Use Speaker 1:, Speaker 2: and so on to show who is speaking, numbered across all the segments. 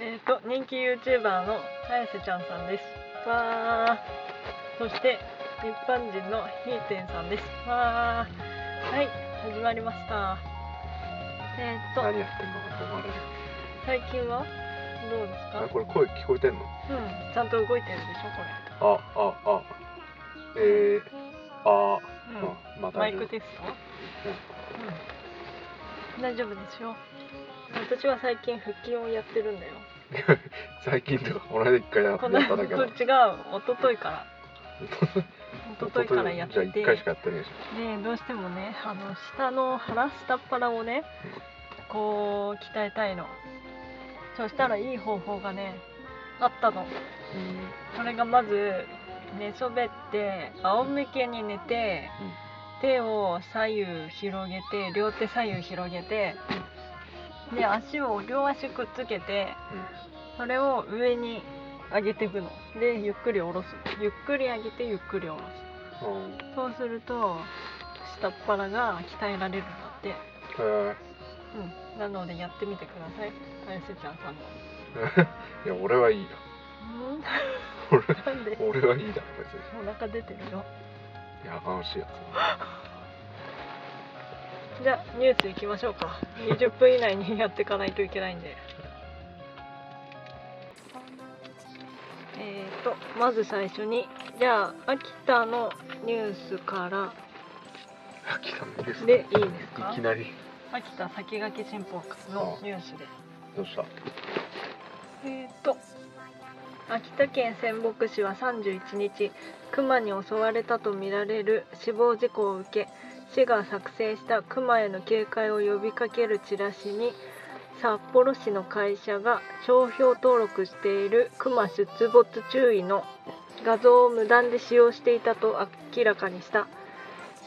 Speaker 1: えっ、と人気 YouTuber の早瀬ちゃんさんですわーそして一般人のひーてんさんですわーはい始まりましたえっ、と
Speaker 2: 何やってんのかと思われる
Speaker 1: 最近はどうですか
Speaker 2: あこれ声聞こえてんの
Speaker 1: うんちゃんと動いてるでしょこれ
Speaker 2: あああえー、あ、
Speaker 1: うん
Speaker 2: うん、また
Speaker 1: マイクテストうん大丈夫ですよ私は最近腹筋をやってるんだよ
Speaker 2: 最近とかこの間一回ややっ
Speaker 1: この
Speaker 2: ただけ
Speaker 1: こっ
Speaker 2: ど
Speaker 1: ち一昨日 から一昨日からやって
Speaker 2: じゃあ
Speaker 1: て
Speaker 2: 一回しかやってねえじ
Speaker 1: ねどうしてもねあの下の腹下っ腹をねこう鍛えたいのそしたらいい方法がねあったの
Speaker 2: ゃんうん
Speaker 1: それがまず寝そべって仰向けに寝て
Speaker 2: うん
Speaker 1: 手を左右広げて両手左右広げてで足を両足くっつけてそれを上に上げていくのでゆっくり下ろすゆっくり上げてゆっくり下ろ
Speaker 2: うんうん
Speaker 1: すそうすると下っ腹が鍛えられるんだって
Speaker 2: え
Speaker 1: うんなのでやってみてください綾瀬ちゃんさんも
Speaker 2: ー いや俺はいいや
Speaker 1: うん
Speaker 2: 俺
Speaker 1: なんで
Speaker 2: 俺はいいだ別に
Speaker 1: お腹出てるよ
Speaker 2: いや楽しいや
Speaker 1: じゃあニュース行きましょうか20分以内にやっていかないといけないんでえーとまず最初にじゃあ秋田のニュースから
Speaker 2: つあ来たんです
Speaker 1: でいいですか
Speaker 2: いきなり
Speaker 1: 秋田先駆け新報のニュースです
Speaker 2: どうした
Speaker 1: えー、と秋田県仙北市は31日熊に襲われたとみられる死亡事故を受け市が作成した熊への警戒を呼びかけるチラシに札幌市の会社が商標登録している熊出没注意の画像を無断で使用していたと明らかにした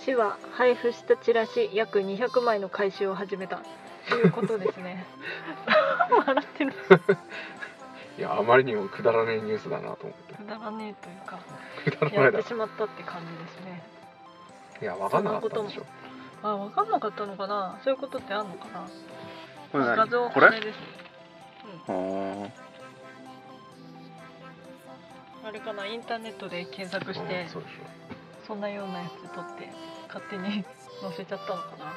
Speaker 1: 市は配布したチラシ約200枚の回収を始めたということですね 笑ってる
Speaker 2: いやあまりにもくだらねえニュースだなと思
Speaker 1: くだらねえと いうか
Speaker 2: ってくだら
Speaker 1: や
Speaker 2: な
Speaker 1: っ
Speaker 2: いだ
Speaker 1: てしまったって感じですね
Speaker 2: いや分かんなかったんでしょ
Speaker 1: あ分かんなかったのかなそういうことってあんのかな
Speaker 2: こ
Speaker 1: 画像
Speaker 2: こ
Speaker 1: こ
Speaker 2: れ
Speaker 1: れです
Speaker 2: あー
Speaker 1: うん、あれかなインターネットで検索し
Speaker 2: う
Speaker 1: て
Speaker 2: んそうでし
Speaker 1: そんなようなやつ撮って勝手に 載せちゃったのかなや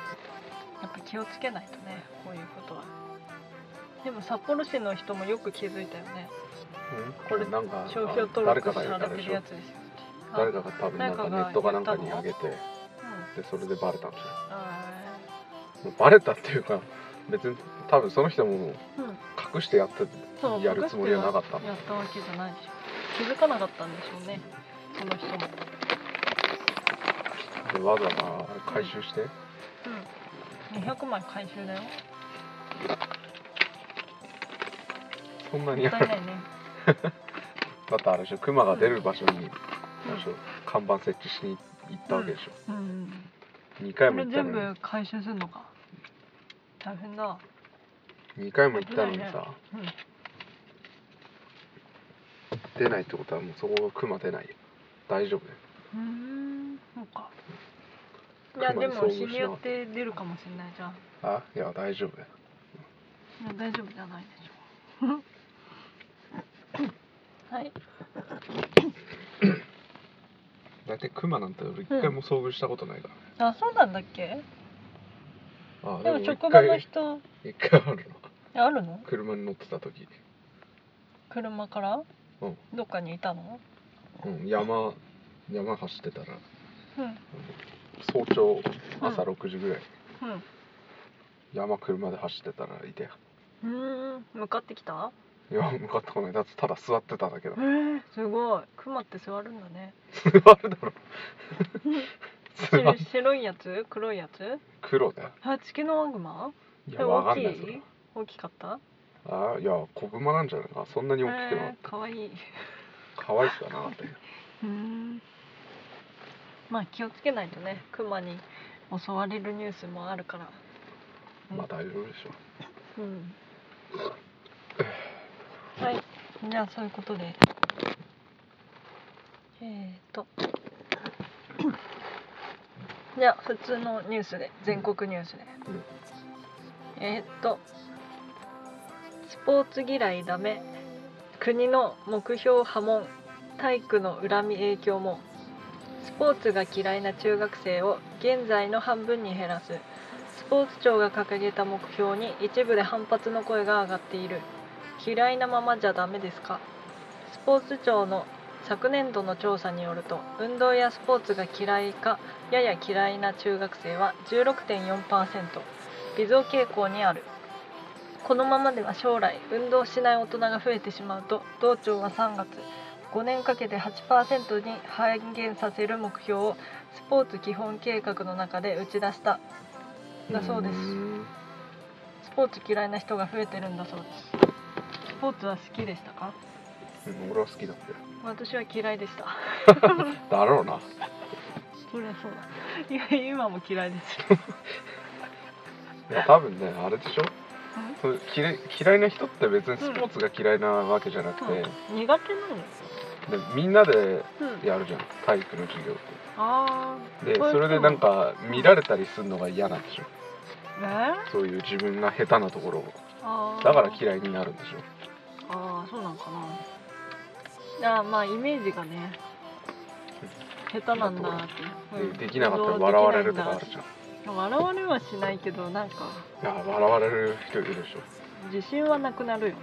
Speaker 1: っぱ気をつけないとねこういうことはでも札幌市の人もよく気づいたよね
Speaker 2: ょ、うん、
Speaker 1: これ
Speaker 2: なんか
Speaker 1: 商標登
Speaker 2: 誰
Speaker 1: 録
Speaker 2: か
Speaker 1: さ
Speaker 2: がやった
Speaker 1: れ
Speaker 2: で
Speaker 1: て
Speaker 2: し
Speaker 1: る
Speaker 2: ょ
Speaker 1: やつですよあ
Speaker 2: 誰かが多分なんかネットかなんかに上げてで
Speaker 1: うん
Speaker 2: それでバレたんでし
Speaker 1: あ
Speaker 2: ょもうバレたっていうか別に多分その人も
Speaker 1: ーうん
Speaker 2: 隠してやって
Speaker 1: そう
Speaker 2: やるつもりはなかった
Speaker 1: 隠してやったわけじゃないでしょ気づかなかったんでしょうねその人も
Speaker 2: でわざわざ回収して、
Speaker 1: うん200枚回収だよ
Speaker 2: そんなに
Speaker 1: もった
Speaker 2: やる
Speaker 1: いないね
Speaker 2: だってあれでしょクマが出る場所に、あれでしょ看板設置しに行ったわけでしょ、
Speaker 1: うん
Speaker 2: 二
Speaker 1: こ
Speaker 2: 回も
Speaker 1: れ
Speaker 2: 行った
Speaker 1: 全
Speaker 2: の
Speaker 1: 部回収するのか大変だ
Speaker 2: に2回も行ったのにさ
Speaker 1: うん
Speaker 2: 出ないってことはもうそこクマ出ないよ大丈夫だよ
Speaker 1: うーんそうかい
Speaker 2: 熊
Speaker 1: や
Speaker 2: に
Speaker 1: でも
Speaker 2: 遭遇し
Speaker 1: 日
Speaker 2: な
Speaker 1: によって出るかもしれないじゃん
Speaker 2: あいや大丈夫だよ
Speaker 1: いや大丈夫じゃないでしょ はい
Speaker 2: だってクマなんて俺一回も遭遇したことないからね、
Speaker 1: あそうなんだっけ
Speaker 2: あ
Speaker 1: でも
Speaker 2: 一
Speaker 1: 職場の
Speaker 2: 回
Speaker 1: 人
Speaker 2: 一回あるの
Speaker 1: えあるの
Speaker 2: 車に乗ってた時
Speaker 1: 車から
Speaker 2: うん
Speaker 1: どっかにいたの
Speaker 2: うん山山走ってたら
Speaker 1: うん
Speaker 2: 早朝
Speaker 1: うん
Speaker 2: 朝6時ぐらい、
Speaker 1: うん
Speaker 2: 山車で走ってたらいて
Speaker 1: うーん向かってきた
Speaker 2: いや向かってこないだってただ座ってただ けだ
Speaker 1: えー、すごいクマって座るんだね
Speaker 2: 座るだ ろ座
Speaker 1: 白
Speaker 2: る
Speaker 1: い白いやつ黒いやつ
Speaker 2: 黒だよ
Speaker 1: あチキノワグマ
Speaker 2: い
Speaker 1: え
Speaker 2: やわ
Speaker 1: 大
Speaker 2: か
Speaker 1: き
Speaker 2: んないそ
Speaker 1: い
Speaker 2: れ
Speaker 1: 大きかった
Speaker 2: あいや小熊なんじゃないかそんなに大きくな
Speaker 1: えー、かわいい
Speaker 2: 可愛いしかなかったよ
Speaker 1: うーんまあ気をつけないとねクマに襲われるニュースもあるからうん
Speaker 2: まあ大丈夫でしょ
Speaker 1: うんはいじゃあそういうことでえーとじゃあ普通のニュースで全国ニュースで、
Speaker 2: うん
Speaker 1: えーっと地ポーツ嫌いダメ国の目標破門体育の恨み影響もスポーツが嫌いな中学生を現在の半分に減らすスポーツ庁が掲げた目標に一部で反発の声が上がっている嫌いなままじゃダメですかスポーツ庁の昨年度の調査によると運動やスポーツが嫌いかやや嫌いな中学生は16.4%微増傾向にあるこのままでは将来運動しない大人が増えてしまうと道庁は3月5年かけて8%に半減させる目標をスポーツ基本計画の中で打ち出しただそうです
Speaker 2: ん
Speaker 1: スポーツ嫌いな人が増えてるんだそうですスポーツは好きでしたか
Speaker 2: でも俺は好きだったよ
Speaker 1: 私は嫌いでした
Speaker 2: だろうな
Speaker 1: そりゃそうだ いや今も嫌いですよ
Speaker 2: いや多分ねあれでしょそう嫌い嫌いな人って別にスポーツが嫌いなわけじゃなくて、で
Speaker 1: うん苦手なんですよ
Speaker 2: みんなで
Speaker 1: うん
Speaker 2: やるじゃん体育の授業っ
Speaker 1: あ
Speaker 2: てで
Speaker 1: こういう
Speaker 2: それでなんか見られたりするのが嫌なんでしょ
Speaker 1: ーえ
Speaker 2: そういう自分が下手なところを
Speaker 1: あー
Speaker 2: だから嫌いになるんでしょ
Speaker 1: ああそうなんかなあーまあイメージがね下手なんだなって、うん
Speaker 2: でできなかったら笑われるとかあるじゃん
Speaker 1: 笑われはしないけどなんか
Speaker 2: いや笑われる人いるでし
Speaker 1: 自信はなくなるよね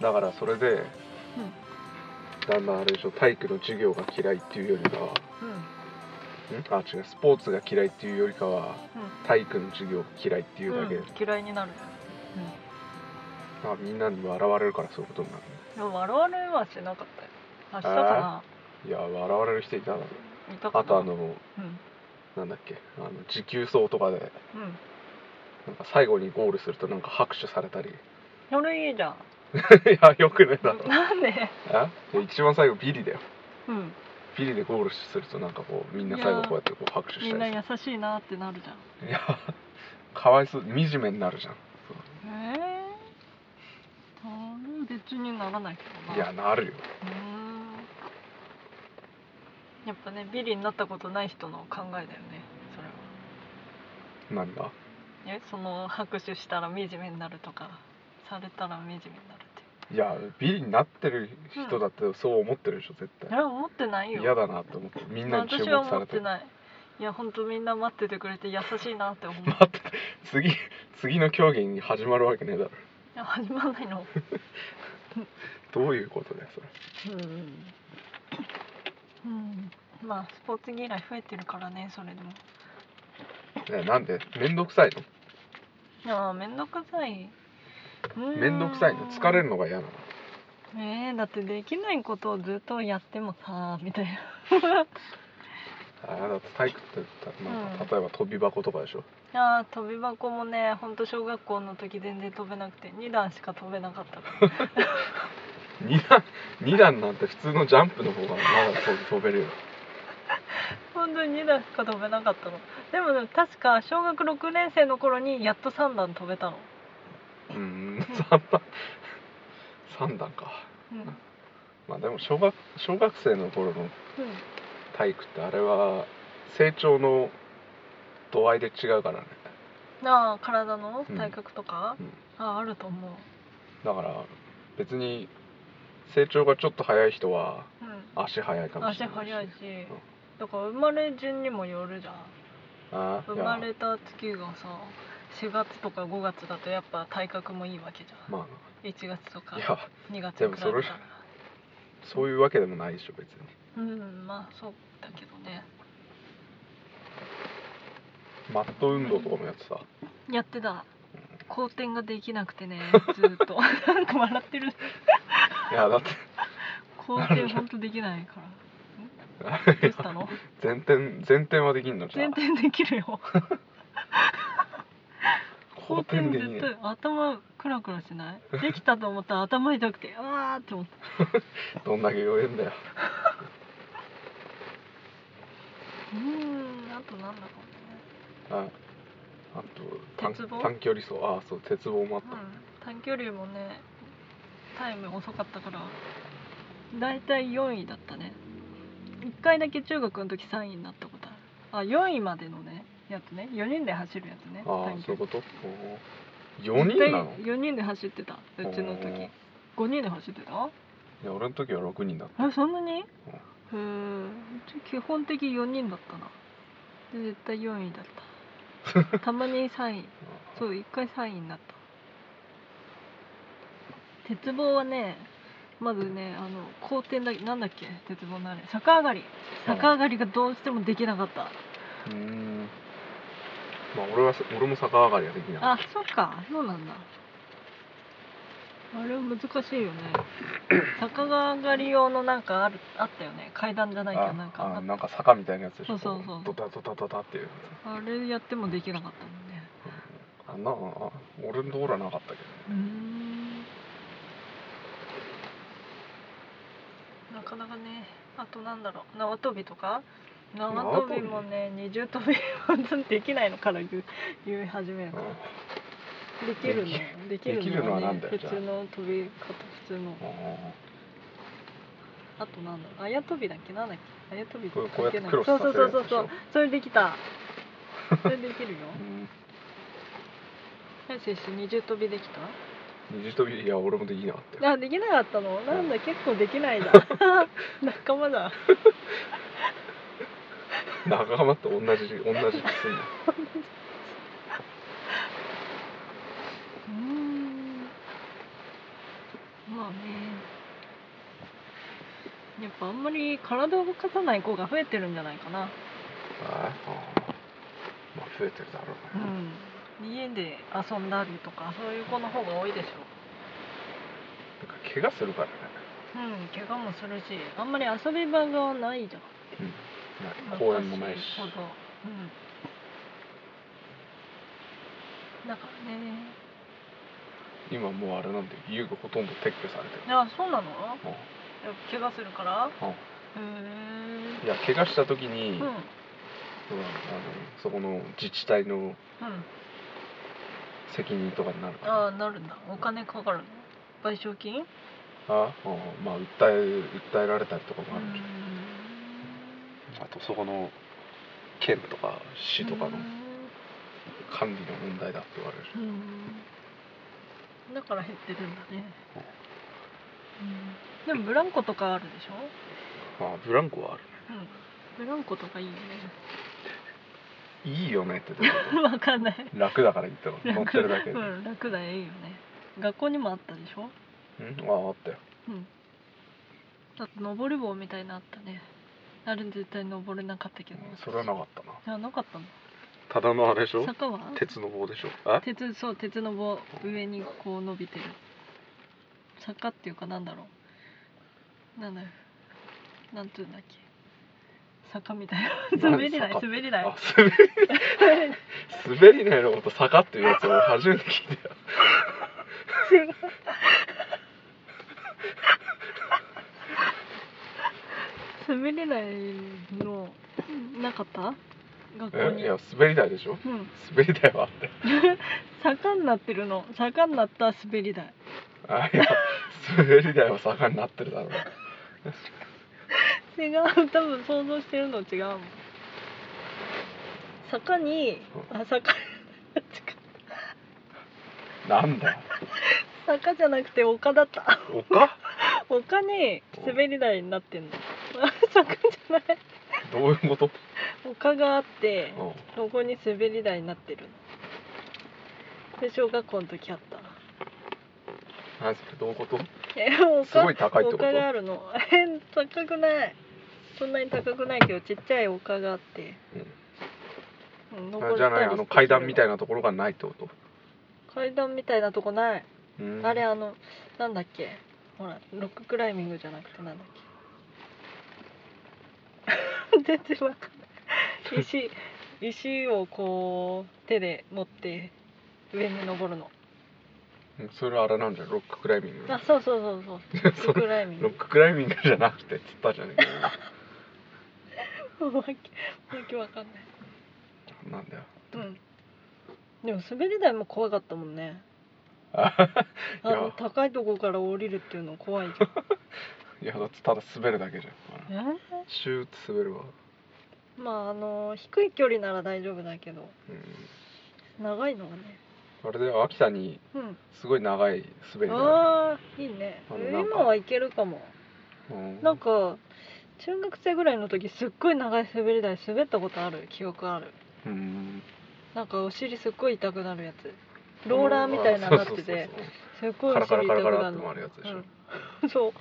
Speaker 2: ょだからそれでだんだんあれでしょ体育の授業が嫌いっていうよりかは
Speaker 1: うんうん
Speaker 2: んあ違うスポーツが嫌いっていうよりかは
Speaker 1: う
Speaker 2: 体育の授業が嫌いってい
Speaker 1: ん
Speaker 2: うだけで、
Speaker 1: うん嫌いになる、
Speaker 2: あみんなに笑われるからそういうことになるね
Speaker 1: うん、でも笑われはしなかったよ明日か
Speaker 2: いや笑われる人いたな
Speaker 1: な見たか
Speaker 2: あ
Speaker 1: った
Speaker 2: とあの
Speaker 1: うん
Speaker 2: なんだっけあの持久走とかで
Speaker 1: うん
Speaker 2: なんか最後にゴールするとなんか拍手されたり い
Speaker 1: それいいじゃん
Speaker 2: やよくねえだろ
Speaker 1: なんで
Speaker 2: えいや一番最後ビリだよ
Speaker 1: うん
Speaker 2: ビリでゴールするとなんかこうみんな最後こうやってこう拍手
Speaker 1: み
Speaker 2: し
Speaker 1: ん
Speaker 2: た
Speaker 1: な
Speaker 2: り
Speaker 1: 優しいなってなるじゃん
Speaker 2: するいやかわいそう惨めになるじゃん
Speaker 1: ええー、別にならないけどない
Speaker 2: やなるよ
Speaker 1: うーんやっぱねビリになったことない人の考えだよねそれは
Speaker 2: なんだ
Speaker 1: えその拍手したら惨めになるとかされたら惨めになるって
Speaker 2: いやビリになってる人だってそう思ってるでしょ絶
Speaker 1: い
Speaker 2: 対
Speaker 1: や思ってないよ
Speaker 2: 嫌だなって思ってみんなに注
Speaker 1: 私は
Speaker 2: 目さ
Speaker 1: 思
Speaker 2: れ
Speaker 1: ってて
Speaker 2: る
Speaker 1: ないいや本当みんな待っててくれて優しいなって 思うい
Speaker 2: 待って次次の競技に始まるわけねえだろ
Speaker 1: や始まんないの
Speaker 2: どういうことだよそれ
Speaker 1: うん、うん、まあスポーツ嫌い増えてるからねそれでも
Speaker 2: ねなんで面倒くさいの
Speaker 1: いやめんどくさい
Speaker 2: 面倒くさいの疲れるのが嫌なの
Speaker 1: ねえだってできないことをずっとやってもさみたいな
Speaker 2: あーだって体育って言ったらなんか、
Speaker 1: うん
Speaker 2: 例えば飛び箱とかでしょ
Speaker 1: あー飛び箱もねほんと小学校の時全然飛べなくて2段しか飛べなかったから
Speaker 2: 2段二段なんて普通のジャンプの方がまだ飛ぶ飛べるよ
Speaker 1: ほんとに2段しか飛べなかったのでもね確か小学6年生の頃にやっと3段飛べたの
Speaker 2: うーん3段3段か
Speaker 1: うん、うん、
Speaker 2: まあでも小学小学生の頃の体育ってあれは成長の度合いで違うからね
Speaker 1: なあ体の
Speaker 2: うん
Speaker 1: 体格とか、
Speaker 2: うん
Speaker 1: あーあると思う
Speaker 2: だから別に成長がちょっと早い人は
Speaker 1: う
Speaker 2: 足早いか
Speaker 1: ん
Speaker 2: もし
Speaker 1: 足
Speaker 2: れないし
Speaker 1: 速いしだから生まれ順にもよるじゃん
Speaker 2: あーい
Speaker 1: 生
Speaker 2: や
Speaker 1: まれた月がさ4月とか5月だとやっぱ体格もいいわけじゃん
Speaker 2: ま
Speaker 1: 1月とか
Speaker 2: あいや
Speaker 1: 2月
Speaker 2: で
Speaker 1: に
Speaker 2: も
Speaker 1: 比べ
Speaker 2: そ
Speaker 1: た
Speaker 2: れ
Speaker 1: ら
Speaker 2: そういうわけでもないでしょ別に
Speaker 1: うんまあそうだけどね
Speaker 2: マット運動とかもやってさ
Speaker 1: やってた好転ができなくてねずーっ となんか笑ってる
Speaker 2: いやだって
Speaker 1: 好転ほんとできないからどうしたの
Speaker 2: 前転前転はできんのじゃあ
Speaker 1: 全然できるよ
Speaker 2: 後
Speaker 1: 好転
Speaker 2: 転
Speaker 1: も
Speaker 2: できね
Speaker 1: 絶対頭クラクラしないできたと思ったら頭痛くてうわーって思った
Speaker 2: えどんだけ弱えんだよ
Speaker 1: うーんあとなんだか
Speaker 2: ああと短
Speaker 1: 鉄棒
Speaker 2: 短距離走あそう鉄棒もあっ
Speaker 1: もね、うん、短距離もねタイム遅かったからだいたい4位だったね1回だけ中学の時3位になったことあるあ4位までのねやつね4人で走るやつね
Speaker 2: た、ああ
Speaker 1: 短
Speaker 2: そうい
Speaker 1: 距
Speaker 2: う
Speaker 1: 離
Speaker 2: こと4人なの
Speaker 1: 4人で走ってたうちの
Speaker 2: おー
Speaker 1: 時5人で走ってた
Speaker 2: いや俺の時は6人だった
Speaker 1: あそんなにへーうち基本的4人だったなで絶対4位だった たまに3位そう1回3位になった鉄棒はねまずねあの後転だなんだっけ鉄棒のあれ逆上がり逆上がりがどうしてもできなかった
Speaker 2: うーんまあ俺は俺も逆上がりはできない
Speaker 1: あそっかそうなんだあれは難しいよね坂上がり用のなんかあるあったよね階段じゃないけどなんかあ
Speaker 2: あ
Speaker 1: っ
Speaker 2: なんか坂みたいなやつでしょ
Speaker 1: そうそうそう
Speaker 2: こドタドタドタっていうや
Speaker 1: たあれやってもできなかったもんね
Speaker 2: つあんなあ俺のところはなかったけどね
Speaker 1: うーんなかなかねあとなんだろう縄跳びとか縄跳びもね二重跳びはできないのから言う言い始めるからできるのできるの,、ね、
Speaker 2: できるのはなんだよ
Speaker 1: 普
Speaker 2: じゃあ
Speaker 1: 通の飛び方普通の
Speaker 2: うんうん
Speaker 1: あとなんだろうあやとびだっけなんだっけあやとび
Speaker 2: こうこうやって
Speaker 1: 関係ない
Speaker 2: ク
Speaker 1: そ
Speaker 2: ロスさ
Speaker 1: う
Speaker 2: せ
Speaker 1: そ
Speaker 2: る
Speaker 1: うそうそうそ
Speaker 2: やつでしょ
Speaker 1: うそれできたそれできるよ
Speaker 2: うん
Speaker 1: 大勢氏二重跳びでき
Speaker 2: 二重跳びいや俺もできなかった よ
Speaker 1: たあできなかったのなんだ結構できないだ 仲間だ
Speaker 2: 仲間と同じ同じ薬
Speaker 1: うーんまあねやっぱあんまり体を動かさない子が増えてるんじゃないかな
Speaker 2: ああまあ増えてるだろう
Speaker 1: う
Speaker 2: ね、
Speaker 1: ん家で遊んだりとかそういう子の方が多いでしょ
Speaker 2: なんか怪我するからね、
Speaker 1: うん怪我もするしあんまり遊び場がないじゃん
Speaker 2: うん、なんか公園もないし
Speaker 1: 昔ほどうんだからね
Speaker 2: 今もうあれなんで遊具ほとんど撤去されてる
Speaker 1: あそうなの
Speaker 2: うん
Speaker 1: 怪我するから
Speaker 2: うん
Speaker 1: へえ
Speaker 2: いや怪我した時
Speaker 1: う
Speaker 2: に、
Speaker 1: んうん
Speaker 2: そのあのそこの自治体の責任とかになるから
Speaker 1: ああなるんだお金かかるの賠償金
Speaker 2: あうんまあ訴え訴えられたりとかもあるけど、
Speaker 1: う
Speaker 2: あとそこの県とか市
Speaker 1: ん
Speaker 2: とか
Speaker 1: う
Speaker 2: の
Speaker 1: ん
Speaker 2: 管理の問題だって言われるし、
Speaker 1: うんだから減ってるんだね、うん、でもブランコとかあるでしょ
Speaker 2: まあブランコはある
Speaker 1: うんブランコとかいいよね
Speaker 2: ねいいよねってどういうこ
Speaker 1: わかんない
Speaker 2: と楽だから言ったの乗ってるだけで、
Speaker 1: うん、楽だよいいよね学校にもあったでしょ
Speaker 2: うん、あああったよ
Speaker 1: うんあと登り棒みたいなのあったねあれ絶対登れなかったけど
Speaker 2: それはなかったな
Speaker 1: あなかったの
Speaker 2: ただのあれでしょ
Speaker 1: 坂は
Speaker 2: 鉄の棒でしょあ
Speaker 1: 鉄そう鉄の棒上にこう伸びてる坂っていうかなんだろうなんだよなんていうんだっけ坂みたいな 滑り台
Speaker 2: 坂
Speaker 1: 滑り台
Speaker 2: あ滑り滑り台のこと坂っていうやつ俺初めて聞いたよ
Speaker 1: 滑り台のなかった学校
Speaker 2: え
Speaker 1: に
Speaker 2: いや滑り台でしょ
Speaker 1: うん
Speaker 2: 滑り台はあったよ
Speaker 1: 坂になってるの坂になった滑り台
Speaker 2: あいや滑り台は坂になってるだろう
Speaker 1: 違う多分想像してるの違うもん坂にあ坂
Speaker 2: なんだよ
Speaker 1: 坂じゃなくて丘だった
Speaker 2: 丘
Speaker 1: 丘に滑り台になってんの 坂じゃない
Speaker 2: どういうこと
Speaker 1: 丘があって
Speaker 2: うん
Speaker 1: そこに滑り台になってるので小学校の時あった
Speaker 2: 何それどういうこと
Speaker 1: え丘
Speaker 2: すごい高いってこと
Speaker 1: 丘があるのえ高くないそんなに高くないけどちっちゃい丘があって、うん、
Speaker 2: あじゃないあの階段みた
Speaker 1: い
Speaker 2: いなところがないってこと
Speaker 1: 階段みたいなとこない、
Speaker 2: うん
Speaker 1: あれあのなんだっけほらロッククライミングじゃなくてなんだっけ 全然わかんない 石石をこう手で持って上に登るの
Speaker 2: うんそれはあれなんじゃんロッククライミング
Speaker 1: あそうそうそうそうロッククライミン
Speaker 2: ロ
Speaker 1: グ
Speaker 2: ッククライミングじゃなくてっつったじゃね えか
Speaker 1: わけわけわかんない
Speaker 2: よなんだよ
Speaker 1: うんでも滑り台も怖かったもんね
Speaker 2: あ
Speaker 1: あ
Speaker 2: い
Speaker 1: の
Speaker 2: や
Speaker 1: 高いとこから降りるっていうの怖いじゃん
Speaker 2: いやだってただ滑るだけじゃん
Speaker 1: え
Speaker 2: シューって滑るわ、
Speaker 1: まああの低い距離なら大丈夫だけど
Speaker 2: うん、
Speaker 1: 長いのがね
Speaker 2: あれで秋田に
Speaker 1: うん、
Speaker 2: すごい長い滑りがあ
Speaker 1: あーいいね
Speaker 2: あのなんか
Speaker 1: 今はいけるかも
Speaker 2: る、うん
Speaker 1: なんか中学生ぐらいの時すっごい長い滑り台滑ったことある記憶ある
Speaker 2: うん
Speaker 1: なんかお尻すっごい痛くなるやつローラーみたいなのになってて
Speaker 2: そうそうそう
Speaker 1: すっごいお
Speaker 2: カラ
Speaker 1: 尻
Speaker 2: カラ
Speaker 1: 痛く
Speaker 2: カラカ
Speaker 1: な
Speaker 2: ラ
Speaker 1: るの
Speaker 2: って回るやつでしょ
Speaker 1: うんそう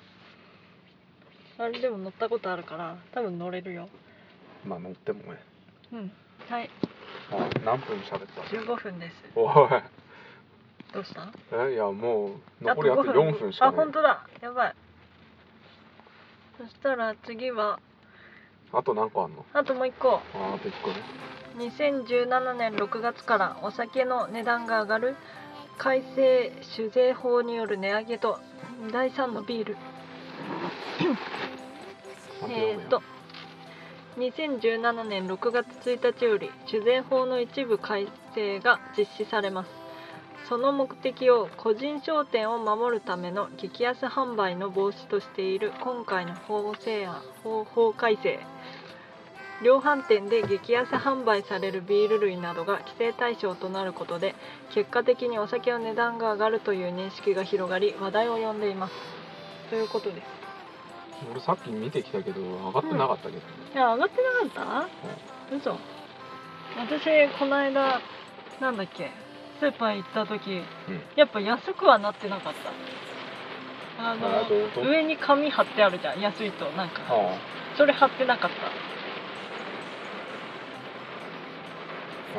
Speaker 1: あれでも乗ったことあるから多分乗れるよ
Speaker 2: そうまあ乗ってもね
Speaker 1: うんはい
Speaker 2: あ何分喋った
Speaker 1: 15分です
Speaker 2: おい
Speaker 1: どうした
Speaker 2: えいやもう残りあ
Speaker 1: あ
Speaker 2: と
Speaker 1: と5
Speaker 2: 4分しか
Speaker 1: あ
Speaker 2: ない
Speaker 1: 本当だやばいそしたら次は
Speaker 2: あと何個あんの
Speaker 1: あともう一個
Speaker 2: ああと1個ね
Speaker 1: 2017年6月からお酒の値段が上がる改正酒税法による値上げと第3のビールえ
Speaker 2: なんて読む
Speaker 1: ー、っ
Speaker 2: や
Speaker 1: と2017年6月1日より酒税法の一部改正が実施されますその目的を個人商店を守るための激安販売の防止としている今回の法制案法法改正量販店で激安販売されるビール類などが規制対象となることで結果的にお酒の値段が上がるという認識が広がり話題を呼んでいますということです
Speaker 2: 俺さっき見てきたけど上がってなかったけど、
Speaker 1: いや上がってなかった嘘私この間なんだっけスーパー行った時、
Speaker 2: うん
Speaker 1: やっぱ安くはなってなかったあ
Speaker 2: あどういうこと
Speaker 1: の上に紙貼ってあるじゃん安いとなんか
Speaker 2: あ
Speaker 1: それ貼ってなかった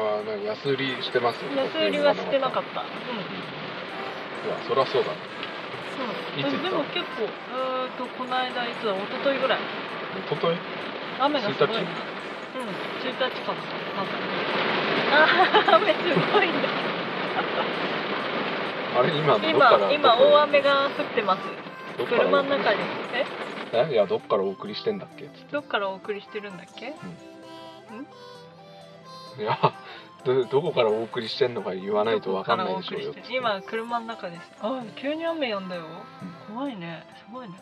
Speaker 2: ああなんか安売りしてます
Speaker 1: 安売りはしてなか
Speaker 2: っ
Speaker 1: ったうん
Speaker 2: たいやそりゃそうだねいつ行った
Speaker 1: そうでも結構うーんとこの間いつだ一昨日ぐらい
Speaker 2: 一昨日
Speaker 1: 雨がすごいなう
Speaker 2: 1
Speaker 1: ん
Speaker 2: 日
Speaker 1: 1日かななんかあー雨すごいんだ
Speaker 2: あれ今どっか
Speaker 1: 今
Speaker 2: ら
Speaker 1: 今
Speaker 2: どっか
Speaker 1: 大雨が降ってます
Speaker 2: どっから
Speaker 1: 車の中にえ
Speaker 2: えいやどっからお送りしてんだっけつっ
Speaker 1: どっからお送りしてるんだっけ
Speaker 2: ていやどどこからお送りしてんのか言わないとわかんないでしょうよ
Speaker 1: どこからお送りしてる今車の中ですあ急に雨やんだよ怖いねすごいね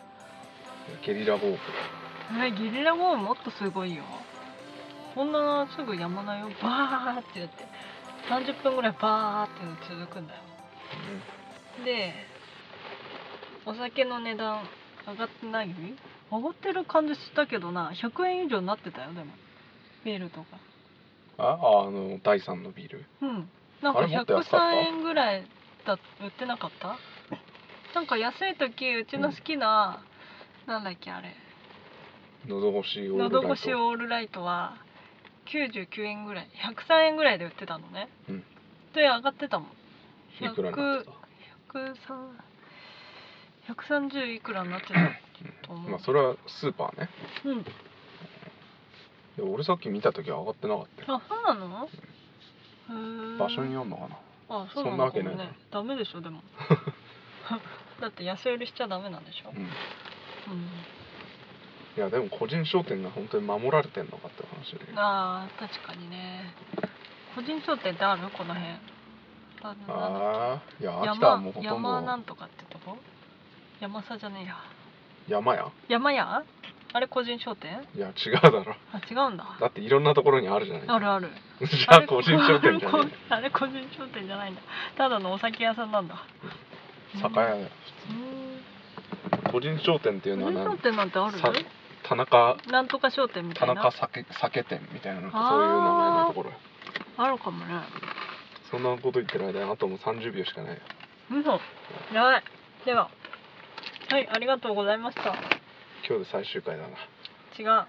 Speaker 2: ゲリラ豪雨
Speaker 1: えゲリラ豪雨もっとすごいよこんなすぐやまないよバーってやって30分ぐらいバーっていうの続くんだよでお酒の値段上がってない上がってる感じしたけどな100円以上になってたよでもビールとか
Speaker 2: ああの第三のビール
Speaker 1: うんなん
Speaker 2: あ
Speaker 1: か
Speaker 2: れもっと安かった
Speaker 1: 103円ぐらいだ売ってなかったなんか安い時うちの好きな、なんだっけあれ
Speaker 2: 喉越しオールライト
Speaker 1: 喉越しオールライトは99円ぐらい103円ぐらいで売ってたのね、
Speaker 2: うん
Speaker 1: で上がってたもん
Speaker 2: いくらになってた
Speaker 1: 103 130いくらになってたと思う、
Speaker 2: まあそれはスーパーね
Speaker 1: うん
Speaker 2: いや俺さっき見た時上がってなかった
Speaker 1: あ
Speaker 2: よ
Speaker 1: そうなのへー
Speaker 2: 場所によんのかな
Speaker 1: あそう
Speaker 2: そ
Speaker 1: なんの
Speaker 2: な
Speaker 1: か
Speaker 2: わ
Speaker 1: も
Speaker 2: けない
Speaker 1: ねダメでしょで もだって安売りしちゃダメなんでしょ
Speaker 2: う、んい
Speaker 1: うん、
Speaker 2: やでも個人商店が本当に守られてんのかって話で
Speaker 1: あー確かにね個人商店ってあるこの辺あなんだっ
Speaker 2: ああい
Speaker 1: け
Speaker 2: や秋田はも
Speaker 1: 山
Speaker 2: うほとんど
Speaker 1: 山な
Speaker 2: 山
Speaker 1: んとかってとこ山さじゃねえや
Speaker 2: や
Speaker 1: 山屋あれ個人商店
Speaker 2: いや違うだろ
Speaker 1: あ違うんだ
Speaker 2: だっていろんなところにあるじゃない
Speaker 1: あるある
Speaker 2: じゃあ個人商店じゃ
Speaker 1: あれ
Speaker 2: ね
Speaker 1: こ あれ個人商店じゃないんだただのお酒屋さんなんだ
Speaker 2: え酒屋だよ
Speaker 1: う
Speaker 2: 個人商店っていうんの
Speaker 1: 個人商
Speaker 2: はなん
Speaker 1: 店なんてあ
Speaker 2: さ
Speaker 1: る
Speaker 2: 田中
Speaker 1: なんとか商店みた
Speaker 2: 田
Speaker 1: いな
Speaker 2: 中酒酒店みたいななんかそういう名前のところよ
Speaker 1: あるかもね
Speaker 2: そんなこと言ってる間にあともう30秒しかないよ
Speaker 1: うんやばいでははいありがとうございました
Speaker 2: 今日で最終回だな
Speaker 1: 違う